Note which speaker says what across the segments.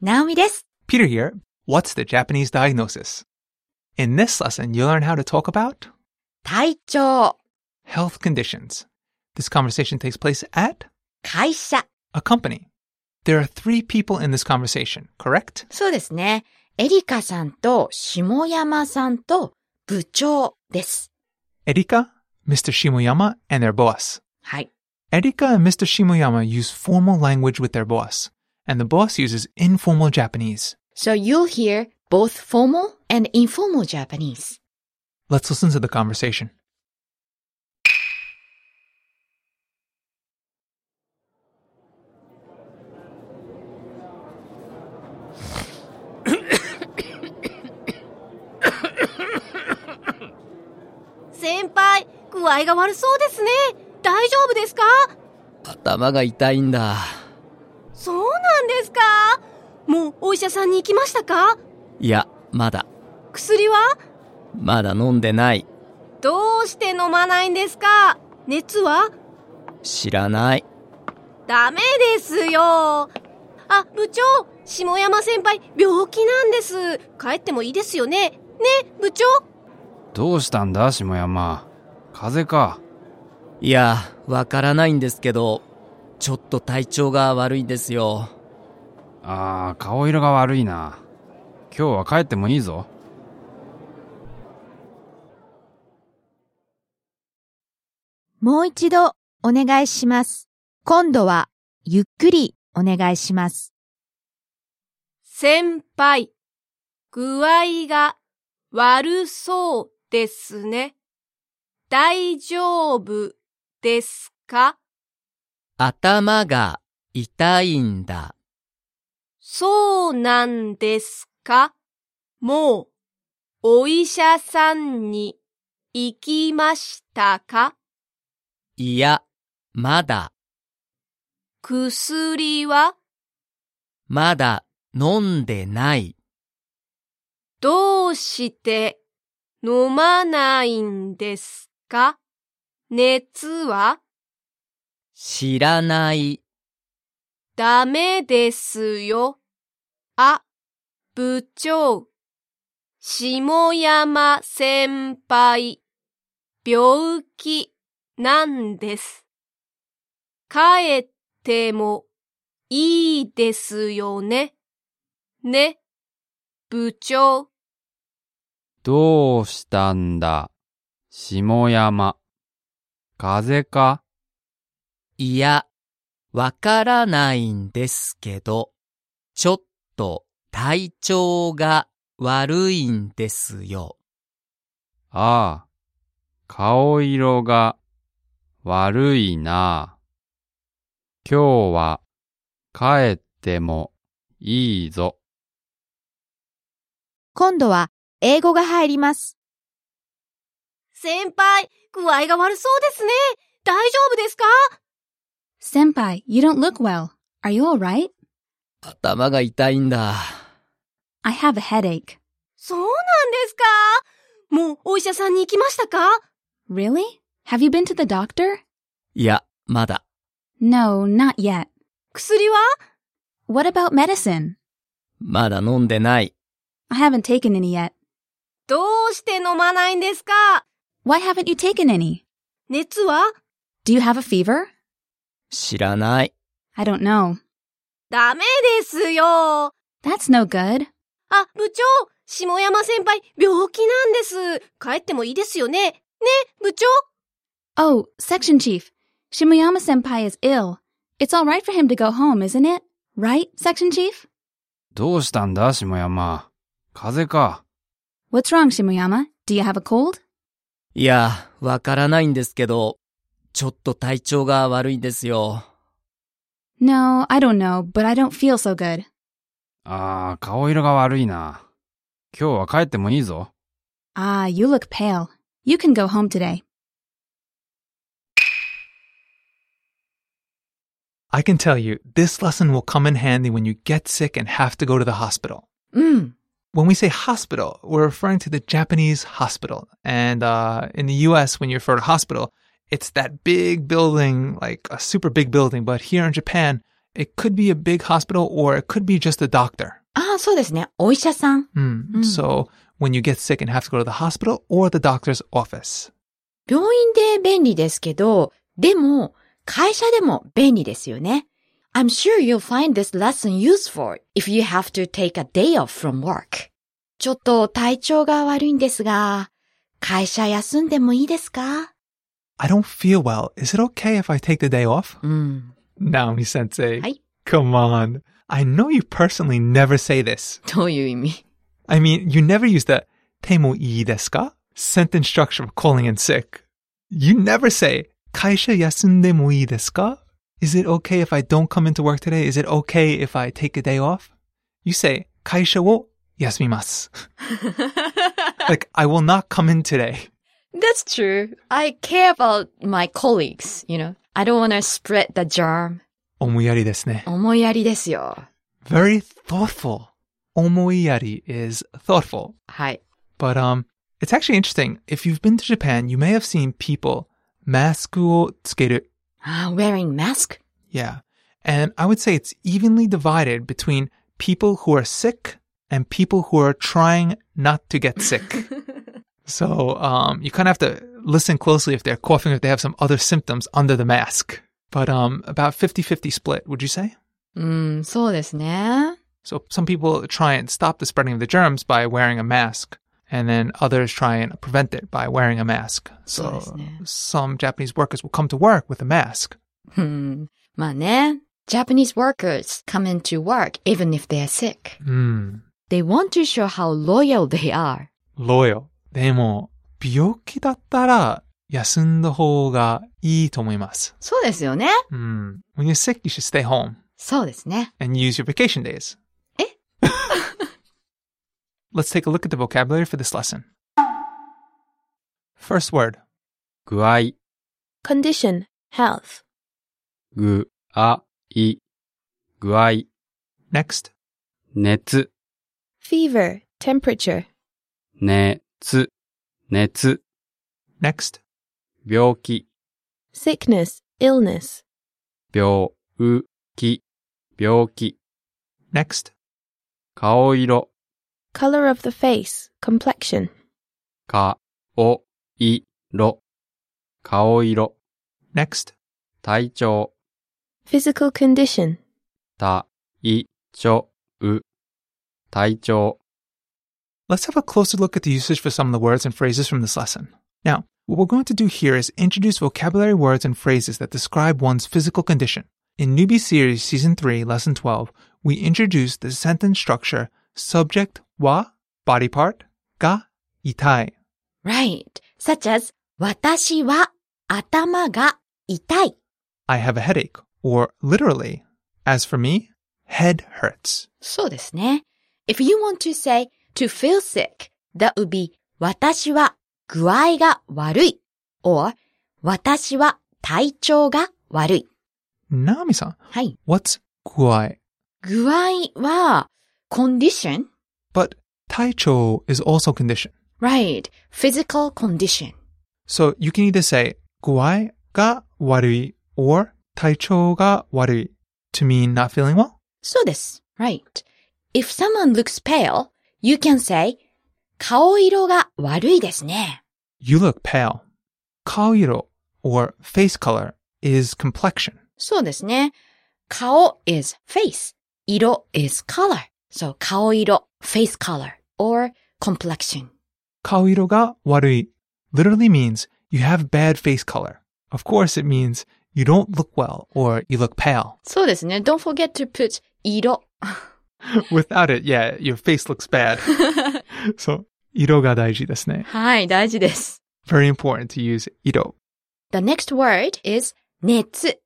Speaker 1: ナオミです。
Speaker 2: Peter here. What's the Japanese diagnosis? In this lesson, you'll learn how to talk about
Speaker 1: 体調、
Speaker 2: health conditions. This conversation takes place at
Speaker 1: 会社。
Speaker 2: a company. There are three people in this conversation, correct?
Speaker 1: そうですね。エリカさんと下山さんと部長です。
Speaker 2: Erika, Mr. Shimoyama, and their boss.
Speaker 1: はい。
Speaker 2: Erika and Mr. Shimoyama use formal language with their boss, and the boss uses informal Japanese.
Speaker 1: So you'll hear both formal and informal Japanese.
Speaker 2: Let's listen to the conversation.
Speaker 3: 先輩、具合が悪そうですね。大丈夫ですか
Speaker 4: 頭が痛いんだ。
Speaker 3: そうなんですかもうお医者さんに行きましたか
Speaker 4: いや、まだ、
Speaker 3: 薬は
Speaker 4: まだ飲んでない。
Speaker 3: どうして飲まないんですか熱は
Speaker 4: 知らない。
Speaker 3: ダメですよ。あ、部長、下山先輩、病気なんです。帰ってもいいですよね。ね、部長
Speaker 5: どうしたんだ下山風邪か
Speaker 4: いや、わからないんですけど、ちょっと体調が悪いんですよ。
Speaker 5: あー顔色が悪いな今日は帰ってもいいぞ
Speaker 3: 先輩、具合が悪そうですね。大丈夫ですか
Speaker 4: 頭が痛いんだ。
Speaker 3: そうなんですかもう、お医者さんに行きましたか
Speaker 4: いや、まだ、
Speaker 3: 薬は
Speaker 4: まだ飲んでない。
Speaker 3: どうして飲まないんですか熱は
Speaker 4: 知らない。
Speaker 3: ダメですよ。あ、部長。下山先輩。病気なんです。帰ってもいいですよね。ね、部長。
Speaker 5: どうしたんだ下山風邪か
Speaker 4: いや、わからないんですけど、ちょっと体調が悪いんですよ。
Speaker 5: ああ顔色が悪いな今日は帰ってもいいぞ
Speaker 6: 今度は英語が入ります。
Speaker 3: 先輩、具合が悪そうですね。大丈夫ですか
Speaker 7: Senpai, you don't look well. Are you alright?
Speaker 4: 頭が痛いんだ。
Speaker 7: I have a headache.
Speaker 3: そうなんですかもうお医者さんに行きましたか
Speaker 7: Really? Have you been to the doctor?
Speaker 4: いや、まだ。
Speaker 7: No, not yet.
Speaker 3: 薬は
Speaker 7: What about medicine?
Speaker 4: まだ飲んでない。
Speaker 7: I haven't taken any yet.
Speaker 3: どうして飲まないんですか
Speaker 7: Why haven't you taken any?
Speaker 3: 熱は
Speaker 7: Do you have a fever?
Speaker 4: 知らない。
Speaker 7: I don't know.
Speaker 3: ダメですよ。あ、
Speaker 7: That's no good.
Speaker 3: 部長、下山先輩、病気なんです。帰ってもいいですよね。ね、部長
Speaker 7: Oh, section chief. Shimoyama senpai is ill. It's alright for him to go home, isn't it? Right, section chief?
Speaker 5: どうしたんだ下山風邪か
Speaker 7: What's wrong, Shimoyama? Do you have a cold?
Speaker 4: いや、わからないんですけど、ちょっと体調が悪いんですよ。
Speaker 7: No, I don't know, but I don't feel so good.
Speaker 5: ああ顔色が悪いな今日は帰ってもいいぞ
Speaker 7: Ah, you look pale. You can go home today.
Speaker 2: I can tell you, this lesson will come in handy when you get sick and have to go to the hospital.
Speaker 1: うん。
Speaker 2: When we say hospital, we're referring to the Japanese hospital. And uh, in the US, when you refer to hospital, it's that big building, like a super big building. But here in Japan, It could be a big hospital or it could be just a doctor.
Speaker 1: ああ、そうですね。お医者さん。
Speaker 2: Mm.
Speaker 1: Mm.
Speaker 2: So when you get sick and have to go to the hospital or the doctor's office.
Speaker 1: 病院で便利ですけど、でも、会社でも便利ですよね。I'm sure you'll find this lesson useful if you have to take a day off from work. ちょっと体調が悪いんですが、会社休んでもいいですか
Speaker 2: I don't feel well. Is it okay if I take the day off?
Speaker 1: うん。
Speaker 2: Naomi sensei.
Speaker 1: Hi.
Speaker 2: Come on. I know you personally never say this.
Speaker 1: どういう意味
Speaker 2: I mean, you never use the temo ii desu ka sentence structure of calling in sick. You never say kaisha yasundemo ii desu ka? Is it okay if I don't come into work today? Is it okay if I take a day off? You say kaisha wo yasumimasu. like I will not come in today.
Speaker 1: That's true. I care about my colleagues, you know. I don't wanna spread the germ.
Speaker 2: Omoyari desu ne.
Speaker 1: 思いやりですよ。
Speaker 2: Very thoughtful. Omoyari is thoughtful.
Speaker 1: はい。
Speaker 2: But um, it's actually interesting. If you've been to Japan, you may have seen people masku o tsukeru.
Speaker 1: あー wearing mask?
Speaker 2: Yeah. And I would say it's evenly divided between people who are sick and people who are trying not to get sick. so um, you kind of have to listen closely if they're coughing, if they have some other symptoms under the mask. But um, about 50 50 split, would you say?
Speaker 1: うん、そうですね。
Speaker 2: So some people try and stop the spreading of the germs by wearing a mask, and then others try and prevent it by wearing a mask. So
Speaker 1: Solisne.
Speaker 2: some Japanese workers will come to work with a mask.
Speaker 1: うんまあね。Japanese workers come into work even if they are sick.
Speaker 2: Hmm.
Speaker 1: They want to show how loyal they are.
Speaker 2: Loyal. でも、病気だったら休んだ方がいいと思います。
Speaker 1: そうですよね。
Speaker 2: Hmm. When you're sick, you should stay home
Speaker 1: そうですね。
Speaker 2: and use your vacation days. Let's take a look at the vocabulary for this lesson. First word,
Speaker 5: 具合、
Speaker 8: condition, health,
Speaker 5: ぐ、あ、い、具合、
Speaker 2: next,
Speaker 5: 熱、
Speaker 8: fever, temperature,
Speaker 5: 熱、熱、
Speaker 2: next,
Speaker 5: 病気、
Speaker 8: sickness, illness,
Speaker 5: 病、う、き、病気、
Speaker 2: next,
Speaker 5: 顔色、
Speaker 8: color of the face, complexion,
Speaker 5: か、お、い、ろ、顔色、
Speaker 2: next,
Speaker 5: 体調、
Speaker 8: physical condition,
Speaker 5: た、い、ちょ、う、体調、
Speaker 2: Let's have a closer look at the usage for some of the words and phrases from this lesson. Now, what we're going to do here is introduce vocabulary words and phrases that describe one's physical condition. In Newbie Series Season 3, Lesson 12, we introduce the sentence structure subject wa, body part, ga, itai.
Speaker 1: Right. Such as, 私は頭が痛い。
Speaker 2: I have a headache, or literally, as for me, head hurts.
Speaker 1: そうですね。If you want to say to feel sick, that would be 私は具合が悪い or 私は体調が悪い。
Speaker 2: Naomi-san,
Speaker 1: はい。
Speaker 2: what's guai?
Speaker 1: 具合は condition,
Speaker 2: But taicho is also condition.
Speaker 1: right, physical condition.
Speaker 2: So you can either say guai ga warui or taichou ga warui to mean not feeling well.
Speaker 1: そうです。right. If someone looks pale, you can say 顔色が悪いですね。
Speaker 2: You look pale. Kaoiro or face color is complexion.
Speaker 1: そうですね。顔 is face. 色 is color. So, 顔色 face color, or complexion.
Speaker 2: Kaoiro ga warui literally means you have bad face color. Of course, it means you don't look well or you look pale.
Speaker 1: そうですね。don't forget to put 色。
Speaker 2: Without it, yeah, your face looks bad. so, iro ga daiji desu ne.
Speaker 1: はい、大事です。
Speaker 2: Very important to use iro.
Speaker 1: The next word is 熱。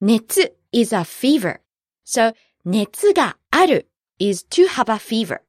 Speaker 1: 熱 is a fever. So, 熱がある is to have a fever.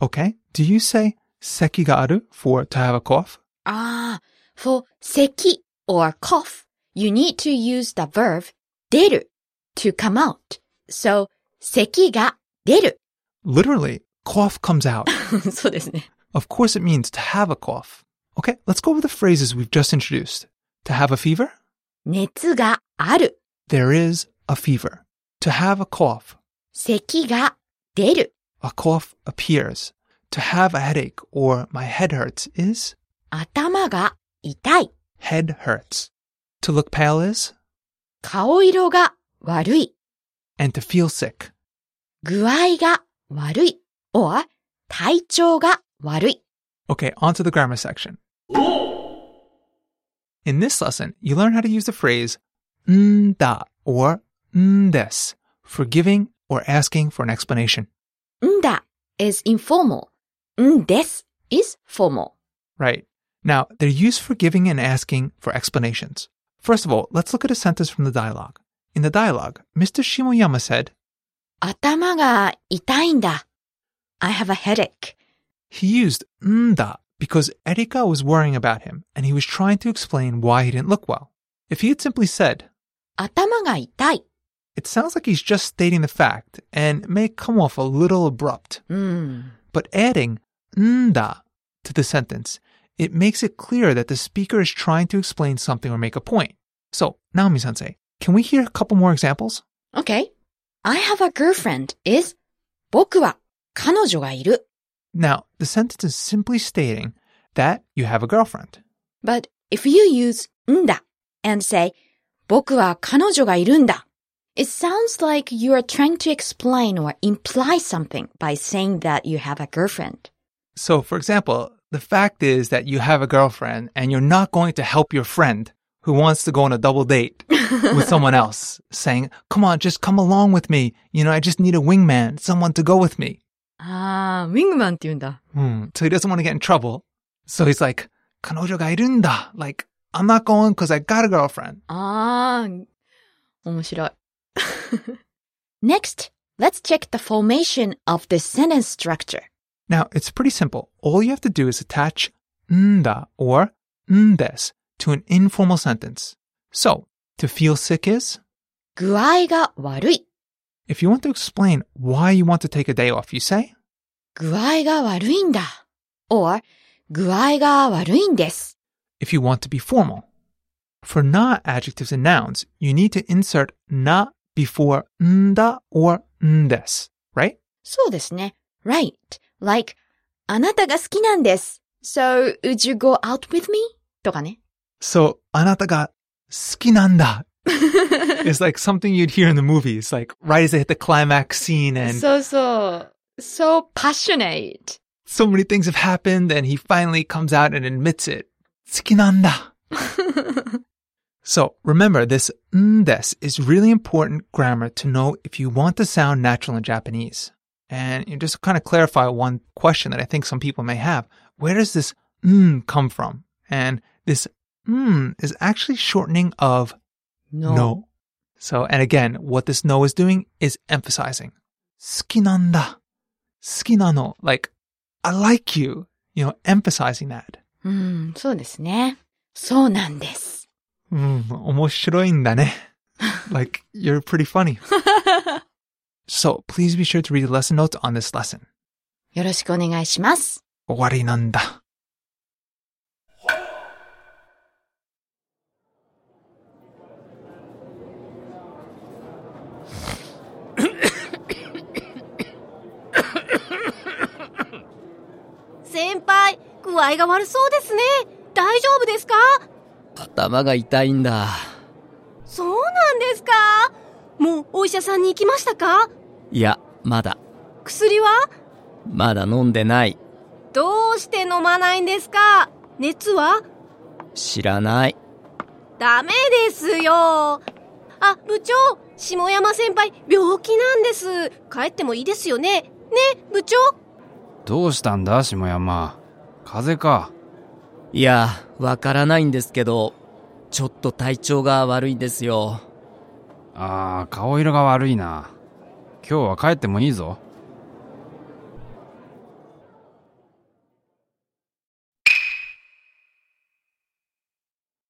Speaker 2: Okay. Do you say seki ga aru for to have a cough?
Speaker 1: Ah, for 咳 or cough, you need to use the verb 出る to come out. So, 咳が出る。
Speaker 2: Literally, cough comes out.
Speaker 1: そうですね。
Speaker 2: of course, it means to have a cough. Okay, let's go over the phrases we've just introduced. To have a fever,
Speaker 1: 熱がある。
Speaker 2: there is a fever. To have a cough.
Speaker 1: 咳が出る。
Speaker 2: A cough appears. To have a headache or my head hurts is
Speaker 1: 頭が痛い。
Speaker 2: head hurts. To look pale is
Speaker 1: 顔色が悪い。
Speaker 2: and to feel sick.
Speaker 1: 具合が悪い。or 体調が悪い。
Speaker 2: Okay, on to the grammar section. In this lesson, you learn how to use the phrase nda or ndes for giving or asking for an explanation.
Speaker 1: んだ is informal. んです is formal.
Speaker 2: Right. Now, they're used for giving and asking for explanations. First of all, let's look at a sentence from the dialogue. In the dialogue, Mr. Shimoyama said,
Speaker 1: 頭が痛いんだ。I have a headache.
Speaker 2: He used nda because Erika was worrying about him and he was trying to explain why he didn't look well. If he had simply said,
Speaker 1: 頭が痛い。
Speaker 2: it sounds like he's just stating the fact and may come off a little abrupt.
Speaker 1: うん。
Speaker 2: But adding nda to the sentence, it makes it clear that the speaker is trying to explain something or make a point. So, Naomi sensei, can we hear a couple more examples?
Speaker 1: Okay. I have a girlfriend is 僕は彼女がいる。
Speaker 2: Now, the sentence is simply stating that you have a girlfriend.
Speaker 1: But if you use んだ and say 僕は彼女がいるんだ It sounds like you are trying to explain or imply something by saying that you have a girlfriend.
Speaker 2: So, for example, the fact is that you have a girlfriend and you're not going to help your friend who wants to go on a double date with someone else, saying, Come on, just come along with me. You know, I just need a wingman, someone to go with me.
Speaker 1: ああ、ウィングマンって言うんだ。
Speaker 2: Hmm. So he doesn't want to get in trouble. So he's like, Kanojo ga irunda. Like, I'm not going because I got a girlfriend.
Speaker 1: ああ、Ah, 面白い。Next, let's check the formation of the sentence structure.
Speaker 2: Now, it's pretty simple. All you have to do is attach nda or ndes to an informal sentence. So, to feel sick is
Speaker 1: 具合が悪い。
Speaker 2: If you want to explain why you want to take a day off, you say,
Speaker 1: 具合が悪いんだ。or 具合が悪いんです。
Speaker 2: if you want to be formal. For na adjectives and nouns, you need to insert na before nda or ndes, right?
Speaker 1: そうですね。right. like あなたが好きなんです。so would you go out with me? とかね。
Speaker 2: So, anata ga suki nanda is like something you'd hear in the movies, like right as they hit the climax scene and
Speaker 1: そうそう。so passionate.
Speaker 2: so many things have happened and he finally comes out and admits it. Suki nanda. So remember, this ndes is really important grammar to know if you want to sound natural in Japanese. And you just kind of clarify one question that I think some people may have. Where does this n come from? And this n is actually shortening of no. So, and again, what this no is doing is emphasizing. Sukinanda. Sukinano. Like, I like you. You know, emphasizing that.
Speaker 1: うん、そうですね。そうなんです。
Speaker 2: Mm, 面白いんだね. like, you're pretty funny. so, please be sure to read the lesson notes on this lesson.
Speaker 1: よろしくお願いします。
Speaker 2: 終わりなんだ.
Speaker 3: 「先輩具合が悪そうですね大丈夫ですか
Speaker 4: 頭が痛いんだ。
Speaker 3: そうなんですかもうお医者さんに行きましたか
Speaker 4: いや、まだ、
Speaker 3: 薬は
Speaker 4: まだ飲んでない。
Speaker 3: どうして飲まないんですか熱は
Speaker 4: 知らない。
Speaker 3: ダメですよあ部長下山先輩病気なんです帰ってもいいですよねね部長
Speaker 5: どうしたんだ下山風邪か
Speaker 4: いや、わからないんですけど、ちょっと体調が悪いんですよ。
Speaker 5: あー顔色が悪いな今日は帰ってもいいぞ